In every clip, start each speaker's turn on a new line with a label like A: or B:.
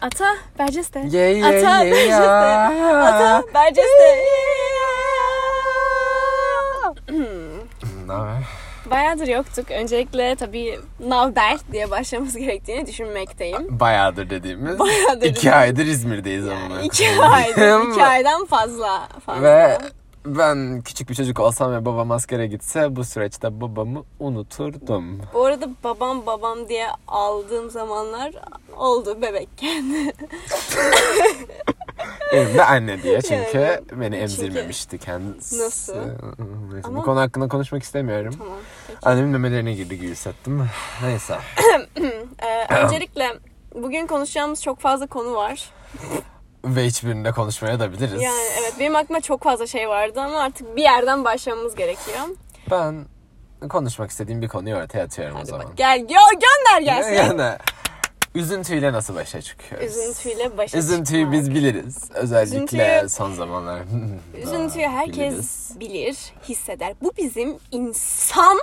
A: Ata Berceste.
B: Yeah, yeah,
A: Ata
B: yeah,
A: Berceste.
B: yeah.
A: Ata Berceste.
B: Naber?
A: Bayağıdır yoktuk. Öncelikle tabii Navber diye başlamamız gerektiğini düşünmekteyim.
B: Bayağıdır dediğimiz.
A: Bayağıdır
B: İki aydır İzmir'deyiz ama.
A: İki aydır. iki aydan fazla. fazla.
B: Ve ben küçük bir çocuk olsam ve babam askere gitse bu süreçte babamı unuturdum.
A: Bu arada babam babam diye aldığım zamanlar oldu bebekken.
B: Elimde anne diye çünkü
A: Yani,
B: beni emzirmemişti kendisi.
A: Nasıl?
B: Neyse,
A: Ama-
B: Bu konu hakkında konuşmak istemiyorum.
A: tamam. peki.
B: Annemin memelerine girdi gibi hissettim. Neyse.
A: Ee, öncelikle bugün konuşacağımız çok fazla konu var.
B: Ve hiçbirinde konuşmaya da biliriz.
A: Yani evet benim aklıma çok fazla şey vardı ama artık bir yerden başlamamız gerekiyor.
B: Ben konuşmak istediğim bir konuyu ortaya atıyorum o
A: Hadi
B: zaman.
A: bak gel yo, gönder gelsin.
B: Yani üzüntüyle nasıl başa çıkıyoruz?
A: Üzüntüyle başa
B: Üzüntüyü
A: çıkmak.
B: biz biliriz. Özellikle
A: Üzüntüyü-
B: son zamanlar.
A: Üzüntüyü herkes
B: Biliriz.
A: bilir, hisseder. Bu bizim insan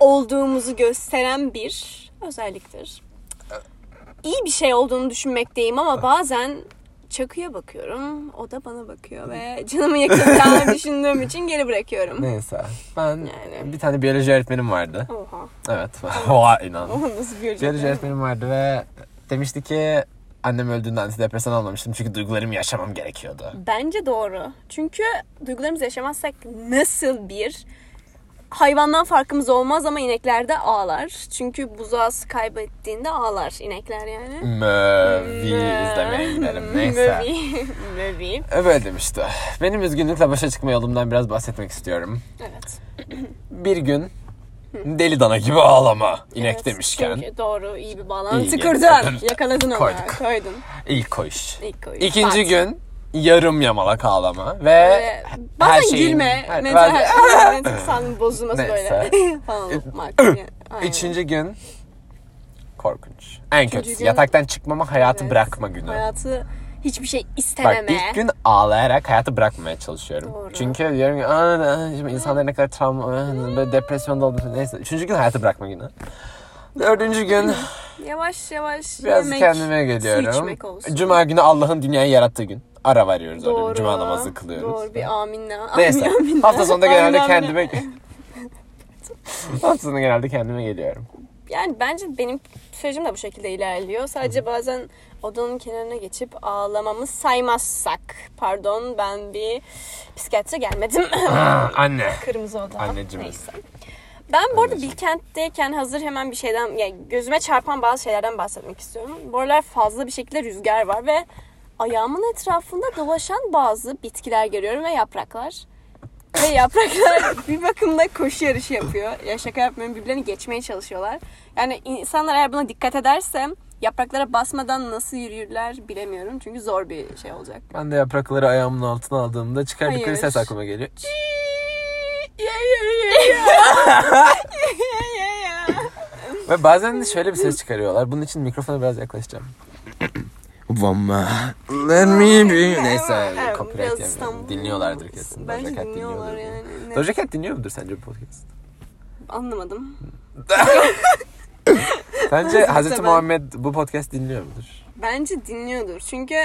A: olduğumuzu gösteren bir özelliktir. İyi bir şey olduğunu düşünmekteyim ama bazen çakıya bakıyorum. O da bana bakıyor ve canımı yakacağını düşündüğüm için geri bırakıyorum.
B: Neyse. Ben
A: Yani.
B: bir tane biyoloji öğretmenim vardı.
A: Oha.
B: Evet. Oha inan.
A: Oha nasıl bir
B: Biyoloji
A: cümle?
B: öğretmenim vardı ve demişti ki annem öldüğünde antidepresan almamıştım çünkü duygularımı yaşamam gerekiyordu.
A: Bence doğru. Çünkü duygularımızı yaşamazsak nasıl bir hayvandan farkımız olmaz ama ineklerde ağlar. Çünkü buzağız kaybettiğinde ağlar inekler yani.
B: Mövi izlemeye gidelim. Neyse.
A: Mövi. Mövi.
B: Öyle demişti. Benim üzgünlükle başa çıkma yolumdan biraz bahsetmek istiyorum.
A: Evet.
B: Bir gün deli dana gibi ağlama inek
A: Evet,
B: demişken
A: çünkü doğru iyi bir bağlantı
B: İyi,
A: kurdun.
B: yakaladım.
A: Yakaladın onu.
B: Koyduk.
A: Koydun.
B: ilk koş.
A: İlk koydun.
B: İkinci
A: Bak.
B: gün yarım yamalak ağlama ve,
A: Ve bazen
B: her şeyin,
A: gülme.
B: her- Ah!
A: mental,
B: ben-
A: mental sağlığın bozulması
B: Neyse.
A: böyle. falan. Mak- yani, aynen.
B: Üçüncü gün korkunç. En kötüsü
A: gün-
B: yataktan çıkmama hayatı
A: Evet.
B: bırakma günü.
A: Hayatı hiçbir şey istememe.
B: Bak ilk gün ağlayarak hayatı bırakmamaya çalışıyorum.
A: Doğru.
B: Çünkü diyorum ki "Aa, aa, şimdi insanlar ne kadar travma, aa, böyle depresyonda oldu. Neyse. Üçüncü gün hayatı bırakma günü. Dördüncü gün
A: Yavaş yavaş
B: biraz
A: yemek,
B: kendime
A: su
B: geliyorum.
A: içmek olsun.
B: Cuma günü Allah'ın dünyayı yarattığı gün. Ara veriyoruz öyle bir
A: Doğru.
B: Cuma namazı kılıyoruz.
A: Doğru bir aminle.
B: Neyse.
A: Amin, amin.
B: Hafta sonunda genelde
A: Amin, amin.
B: kendime... Hafta sonunda genelde kendime geliyorum.
A: Yani bence benim sürecim de bu şekilde ilerliyor. Sadece bazen odanın kenarına geçip ağlamamı saymazsak. Pardon ben bir psikiyatriye gelmedim.
B: Aa, Ah, anne.
A: Kırmızı oda.
B: Anneciğim.
A: Neyse. Ben bu arada
B: Anneciğim.
A: Bilkent'teyken hazır hemen bir şeyden, yani gözüme çarpan bazı şeylerden bahsetmek istiyorum. Bu aralar fazla bir şekilde rüzgar var ve ayağımın etrafında dolaşan bazı bitkiler görüyorum ve yapraklar. Ve yapraklar bir bakımda koşu yarışı yapıyor. Ya şaka yapmıyorum birbirlerini geçmeye çalışıyorlar. Yani insanlar eğer buna dikkat ederse yapraklara basmadan nasıl yürürler bilemiyorum. Çünkü zor bir şey olacak.
B: Ben de yaprakları ayağımın altına aldığımda çıkardıkları
A: Hayır.
B: ses aklıma geliyor.
A: Yeah, yeah, yeah, yeah. yeah, yeah, yeah.
B: Ve bazen de şöyle bir ses çıkarıyorlar. Bunun için mikrofona biraz yaklaşacağım. Vamma. Let me be. Neyse.
A: Evet, biraz
B: copyright yemeyelim.
A: İstanbul-
B: Dinliyorlardır kesin. Doja
A: Bence
B: Cat
A: dinliyorlar
B: dinliyordur.
A: yani. Ne-
B: Doja Cat dinliyor mudur sence bu podcast?
A: Anlamadım.
B: Sence Hazreti
A: ben-
B: Muhammed bu podcast dinliyor mudur?
A: Bence dinliyordur. Çünkü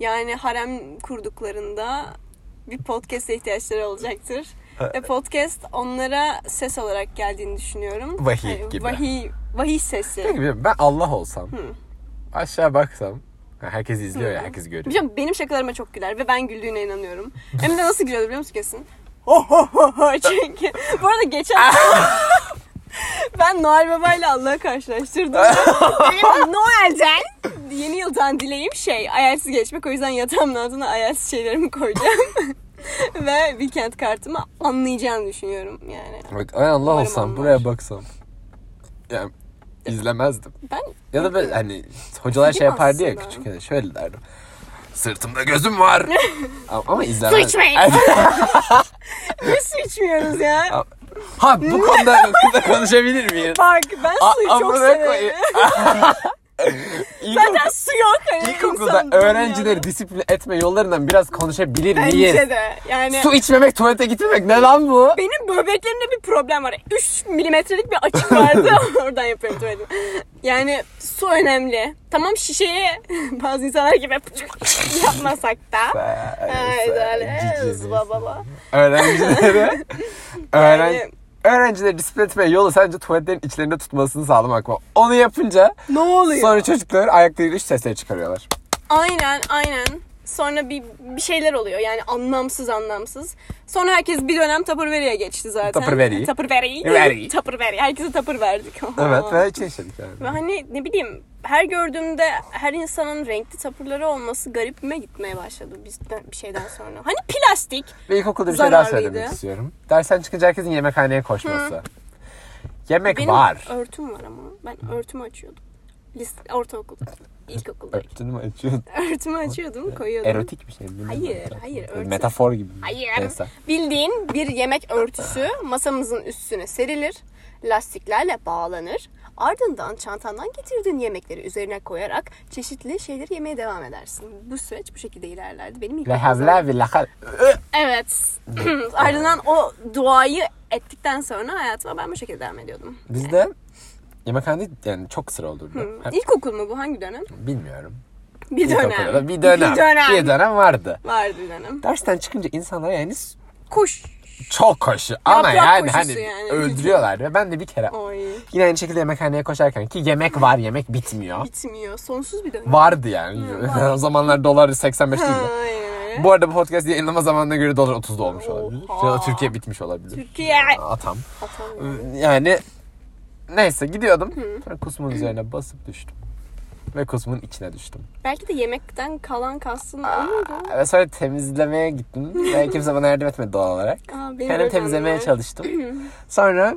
A: yani harem kurduklarında bir podcast'e ihtiyaçları olacaktır. Ve podcast onlara ses olarak geldiğini düşünüyorum.
B: Vahiy
A: Hani
B: gibi.
A: Vahiy, vahiy sesi.
B: Peki bilmiyorum, ben Allah olsam aşağı baksam yani herkes izliyor ya herkes görüyor.
A: Biliyorum benim şakalarıma çok güler ve ben güldüğüne inanıyorum. Hem de nasıl gülüyordu biliyor musun kesin? Ho ho ho ho çünkü. Bu arada geçen
B: Ah.
A: ben Noel Baba ile Allah'ı karşılaştırdım. benim Noel'den yeni yıldan dileğim şey ayarsız geçmek. O yüzden yatağımın altına ayarsız şeylerimi koyacağım. ve weekend kartımı anlayacağını düşünüyorum yani.
B: Bak ay Allah
A: Umarım
B: olsam
A: anlar.
B: buraya baksam. Yani izlemezdim.
A: Ben
B: Ya da böyle hani hocalar şey yapardı ya
A: aslında.
B: küçükken şöyle derdim. Sırtımda gözüm var. ama, ama izlemez.
A: Su içmeyin. biz su içmiyoruz ya.
B: ha bu konuda, bu konuda konuşabilir miyiz?
A: Bak ben suyu
B: A-
A: çok
B: amına
A: severim.
B: koyayım.
A: Zaten su yok. Hani
B: İlkokulda
A: insan
B: öğrencileri
A: dünyada.
B: disiplin etme yollarından biraz konuşabilir miyiz?
A: Bence de. Yani
B: Su içmemek, tuvalete gitmemek ne lan bu?
A: benim böbreklerimde bir problem var. 3 milimetrelik bir açık vardı. Oradan yapıyorum tuvaletimi. Yani su önemli. Tamam şişeye bazı insanlar gibi yapmasak da. Haydi öyle.
B: Cici
A: Zıba baba.
B: Öğrencilere öğren,
A: Yani-
B: öğrencileri disiplin etme yolu sadece tuvaletlerin içlerinde tutmasını sağlamak mı? Onu yapınca
A: Ne oluyor?
B: sonra çocuklar ayaklarıyla şu sesleri çıkarıyorlar.
A: Aynen aynen. Sonra bir, bir şeyler oluyor yani anlamsız anlamsız. Sonra herkes bir dönem Tupperware'ye geçti zaten.
B: Tupperware'i.
A: Tupperware'i.
B: Veri.
A: Tupperware. Herkese Tupper verdik.
B: Evet ve içe işedik yani.
A: Ve hani ne bileyim her gördüğümde her insanın renkli tapırları olması garipime gitmeye başladı bizden bir şeyden sonra. Hani plastik.
B: Ve ilkokulda bir şey daha
A: Zararlıydı.
B: söylemek istiyorum. Dersten çıkınca herkesin yemekhaneye koşması. Yemek
A: Benim
B: var.
A: örtüm var ama. Ben örtümü açıyordum. Lise, ortaokulda. İlkokulda.
B: Öptün mü açıyorsun?
A: örtümü açıyordum koyuyordum.
B: Erotik bir şey mi? Bilmiyorum.
A: Hayır, hayır, örtü.
B: Metafor gibi. şey.
A: Hayır.
B: Neyse.
A: Bildiğin bir yemek örtüsü masamızın üstüne serilir. Lastiklerle bağlanır. Ardından çantandan getirdiğin yemekleri üzerine koyarak çeşitli şeyleri yemeye devam edersin. Bu süreç bu şekilde ilerlerdi. Benim ilk
B: La havla ve la hal-
A: Evet. Ardından o duayı ettikten sonra hayatıma ben bu şekilde devam ediyordum.
B: Bizde yemekhanede yani çok sıra olurdu. Ha,
A: İlkokul mu bu? Hangi dönem?
B: Bilmiyorum.
A: Bir
B: İlkokulda da
A: dönem.
B: Bir dönem.
A: Bir dönem.
B: Bir dönem vardı.
A: Vardı bir dönem.
B: Dersten çıkınca insanlar yani s-
A: Kuş.
B: çok koşu ama
A: Yaprak
B: yani
A: koşusu
B: hani
A: yani.
B: öldürüyorlar ve ben de bir kere
A: Oy.
B: yine aynı şekilde yemekhaneye koşarken ki yemek var yemek bitmiyor.
A: Bitmiyor. Sonsuz bir dönem.
B: Vardı yani.
A: var.
B: o zamanlar dolar 85 değildi.
A: Aynen öyle.
B: Bu arada bu podcast yayınlama zamanına göre dolar 30'da olmuş olabilir.
A: Oha.
B: Ya da Türkiye bitmiş olabilir.
A: Türkiye.
B: Atam.
A: Atamıyorum.
B: Yani neyse gidiyordum. Sonra kusmun üzerine basıp düştüm. Ve kusmun içine düştüm.
A: Belki de yemekten kalan kalsın o muydu?
B: Ve sonra temizlemeye gittim. Ve kimse bana yardım etmedi doğal olarak.
A: Aa, benim
B: Kendim
A: ödem
B: temizlemeye
A: var.
B: çalıştım. Sonra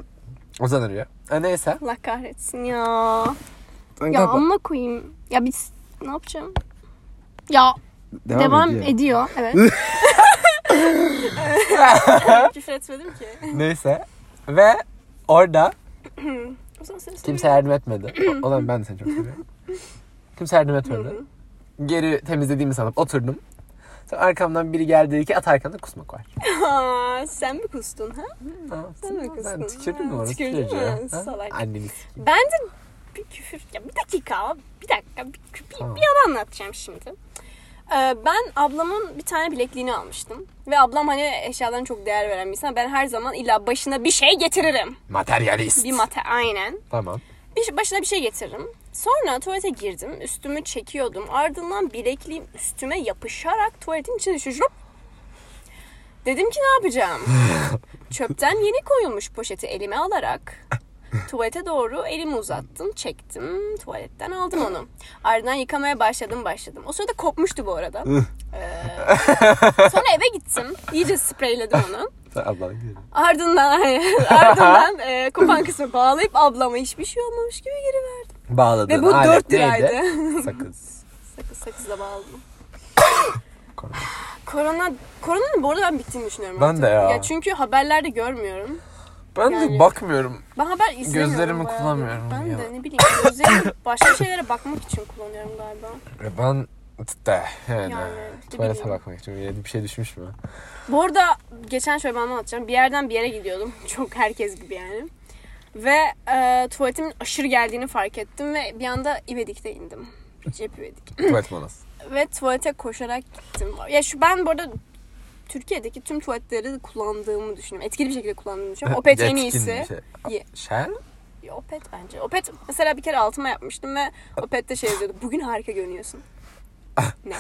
B: Ozan arıyor. E, neyse.
A: Allah kahretsin ya. Ya
B: Kapa-
A: amma koyayım. Ya biz ne yapacağım? Ya devam, ediyor. Evet. Küfür etmedim ki.
B: Neyse. Ve orada
A: O zaman seni
B: kimse
A: seviyorum.
B: yardım etmedi. O- Ulan ben de seni çok seviyorum. Kimse yardım etmedi. Geri temizlediğimi sanıp oturdum. Sonra arkamdan biri geldi dedi ki at arkanda kusmak var.
A: Aa, sen mi kustun ha?
B: Ha,
A: Sen mi
B: Ben
A: kızdın?
B: tükürdüm
A: Ha,
B: mü onu?
A: tükürdün
B: Tükürücü.
A: mü?
B: Ha?
A: Salak.
B: Anneni
A: Ben de bir küfür... Ya bir dakika ama bir dakika. Bir, bir, bir yalan anlatacağım şimdi. Ee, ben ablamın bir tane bilekliğini almıştım. Ve ablam hani eşyalarına çok değer veren bir insan. Ben her zaman illa başına bir şey getiririm.
B: Materyalist.
A: Bir mate aynen.
B: Tamam.
A: Bir, başına bir şey getiririm. Sonra tuvalete girdim. Üstümü çekiyordum. Ardından bilekliğim üstüme yapışarak tuvaletin içine düşürdüm. Dedim ki ne yapacağım? Çöpten yeni koyulmuş poşeti elime alarak tuvalete doğru elimi uzattım. Çektim. Tuvaletten aldım onu. Ardından yıkamaya başladım başladım. O sırada kopmuştu bu arada. Ee, sonra eve gittim. İyice spreyledim onu.
B: Sen ablana gidelim.
A: Ardından ardından e, kopan kısmı bağlayıp ablama hiçbir şey olmamış gibi geri verdim.
B: Bağladığın
A: Ve bu 4
B: alet neydi?
A: liraydı.
B: Sakız.
A: Sakız sakızla bağladım.
B: Korona.
A: Korona, koronanın bu arada ben bittiğini düşünüyorum
B: Ben
A: artık.
B: de ya.
A: çünkü haberlerde görmüyorum.
B: Ben de
A: Yani-
B: bakmıyorum.
A: Ben haber izlemiyorum.
B: Gözlerimi
A: bayağıdır.
B: kullanmıyorum
A: Ben
B: ya.
A: de ne bileyim gözlerimi başka şeylere bakmak için kullanıyorum galiba.
B: E Ben de
A: Yani,
B: yani. Tuvalete
A: bilmiyorum.
B: bakmak için. Yedi bir şey düşmüş mü?
A: Bu arada geçen şöyle ben anlatacağım. Bir yerden bir yere gidiyordum. Çok herkes gibi yani. Ve e, tuvaletimin aşırı geldiğini fark ettim ve bir anda İvedik'te indim. Cep İvedik.
B: Tuvalet manası.
A: ve tuvalete koşarak gittim. Ya şu ben bu arada Türkiye'deki tüm tuvaletleri kullandığımı düşünüyorum. Etkili bir şekilde kullandığımı düşünüyorum. Opet en
B: Yetkin
A: iyisi.
B: bir Şey.
A: Ye-
B: Şer?
A: Ya Opet bence. Opet mesela bir kere altıma yapmıştım ve Opet'te şey diyordu. Bugün harika görünüyorsun.
B: Ah.
A: ne?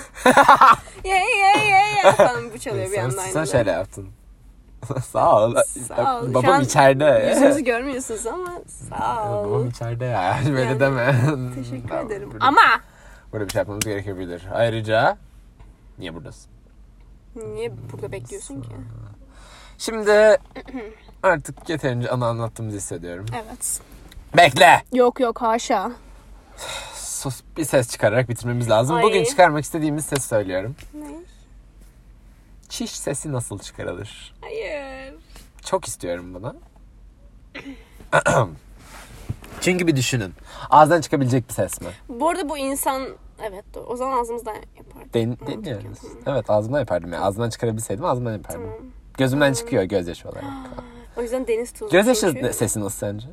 A: ye ye ye ye falan bu çalıyor bir
B: sen,
A: yandan.
B: sen şey
A: aynada.
B: şöyle yaptın. sağ ol.
A: Sağ ol. Şu
B: Babam
A: an
B: içeride.
A: Yüzümüzü görmüyorsunuz ama sağ
B: Babam
A: ol.
B: içeride ya. Böyle
A: Yani,
B: deme.
A: Teşekkür
B: Tamam,
A: ederim.
B: Böyle,
A: Ama
B: böyle bir şey yapmamız gerekebilir. Ayrıca niye buradasın?
A: niye burada bekliyorsun ki?
B: Şimdi artık yeterince anı anlattığımızı hissediyorum.
A: Evet.
B: Bekle.
A: Yok yok haşa.
B: Sus bir ses çıkararak bitirmemiz lazım.
A: Ay.
B: Bugün çıkarmak istediğimiz ses söylüyorum.
A: Ne?
B: Çiş sesi nasıl çıkarılır?
A: Hayır.
B: Çok istiyorum bunu. Çünkü bir düşünün. Ağızdan çıkabilecek bir ses mi?
A: Bu arada bu insan evet doğru. O zaman ağzımızdan yapardık.
B: Den deniyoruz. Evet ağzımdan yapardım ya. Ağzımdan çıkarabilseydim ağzımdan yapardım. Gözümden çıkıyor gözyaşı olarak.
A: O yüzden deniz tuzu.
B: Gözyaşı
A: çünkü-
B: ne- sesi nasıl sence?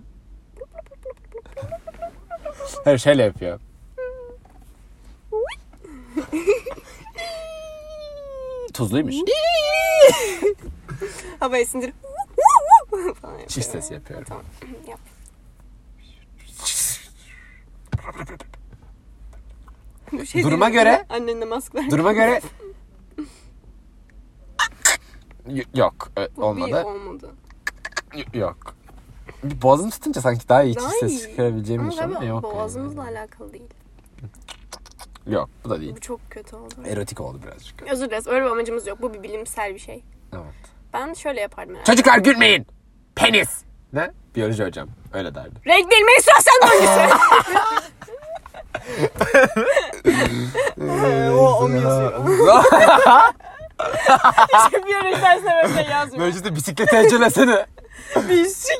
B: Her şeyle yapıyor. Tuzluymuş.
A: Havaya sindirip falan yapıyor.
B: Çiş sesi yapıyorum.
A: Yap. Bu şey
B: Duruma
A: değil mi?
B: göre-
A: Annenle mask ver.
B: Duruma göre... Y- Yok. ö-
A: Bu bir
B: Olmadı.
A: olmadı.
B: Y- Yok. Bir Boğazını tutunca sanki daha iyi çiş
A: Daha
B: sesi
A: iyi.
B: çıkarabileceğimi
A: Ama
B: düşünüyorum.
A: tabii
B: Yok.
A: boğazımızla alakalı değil.
B: Yok bu da değil.
A: Bu çok kötü oldu.
B: Erotik oldu birazcık.
A: Özür dileriz. Öyle bir amacımız yok. Bu bir bilimsel bir şey.
B: Evet.
A: Ben şöyle yapardım herhalde.
B: Çocuklar gülmeyin. Penis. Ne? Biyoloji hocam. Öyle derdi.
A: Renk değil Melisa sen hangisi? o o yazıyor. bir yere dersine böyle şey yazmıyor.
B: Böylece de bisiklete ecelesene.
A: Bir şey.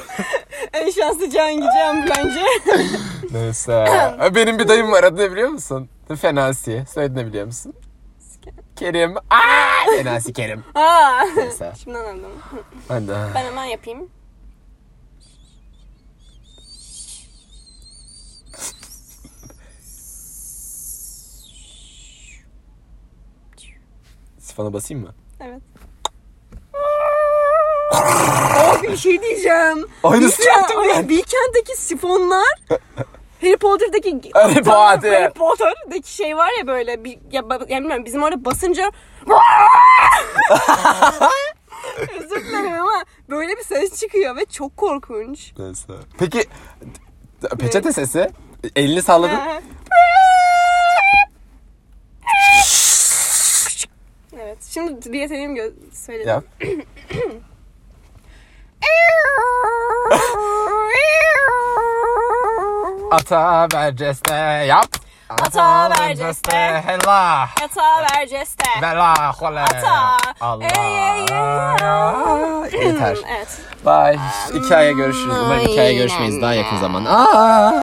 A: En şanslı Can Gideceğim bence.
B: Neyse. Ha, Benim bir dayım var adını biliyor musun? Fenasi. Soyadını biliyor musun? Kerim. Aa, Fenasi Kerim.
A: Aa.
B: Neyse.
A: Şimdi anladım.
B: Ben de.
A: Ben hemen yapayım.
B: Sifona basayım mı?
A: Evet. Abi bir şey diyeceğim.
B: Aynısını yaptım
A: ay,
B: ben.
A: Bilkent'teki sifonlar Harry Potter'daki
B: Harry Potter.
A: Harry Potter'daki şey var ya böyle bir, ya, ba- ya bilmiyorum bizim orada basınca Özür dilerim ama böyle bir ses çıkıyor ve çok korkunç.
B: Neyse. Peki peçete sesi. Elini salladın.
A: evet. Şimdi bir yeteneğim gö- söyledim.
B: Yap. Ata verceste yap.
A: Ata verceste.
B: Hela.
A: Yatağa ver Jeste.
B: Bela hole.
A: Ata.
B: Allah.
A: Ey, ey, ey.
B: Yeter.
A: Evet.
B: Bye. Hikayeye görüşürüz. Umarım hikayeye görüşmeyiz daha yakın zaman. Aa.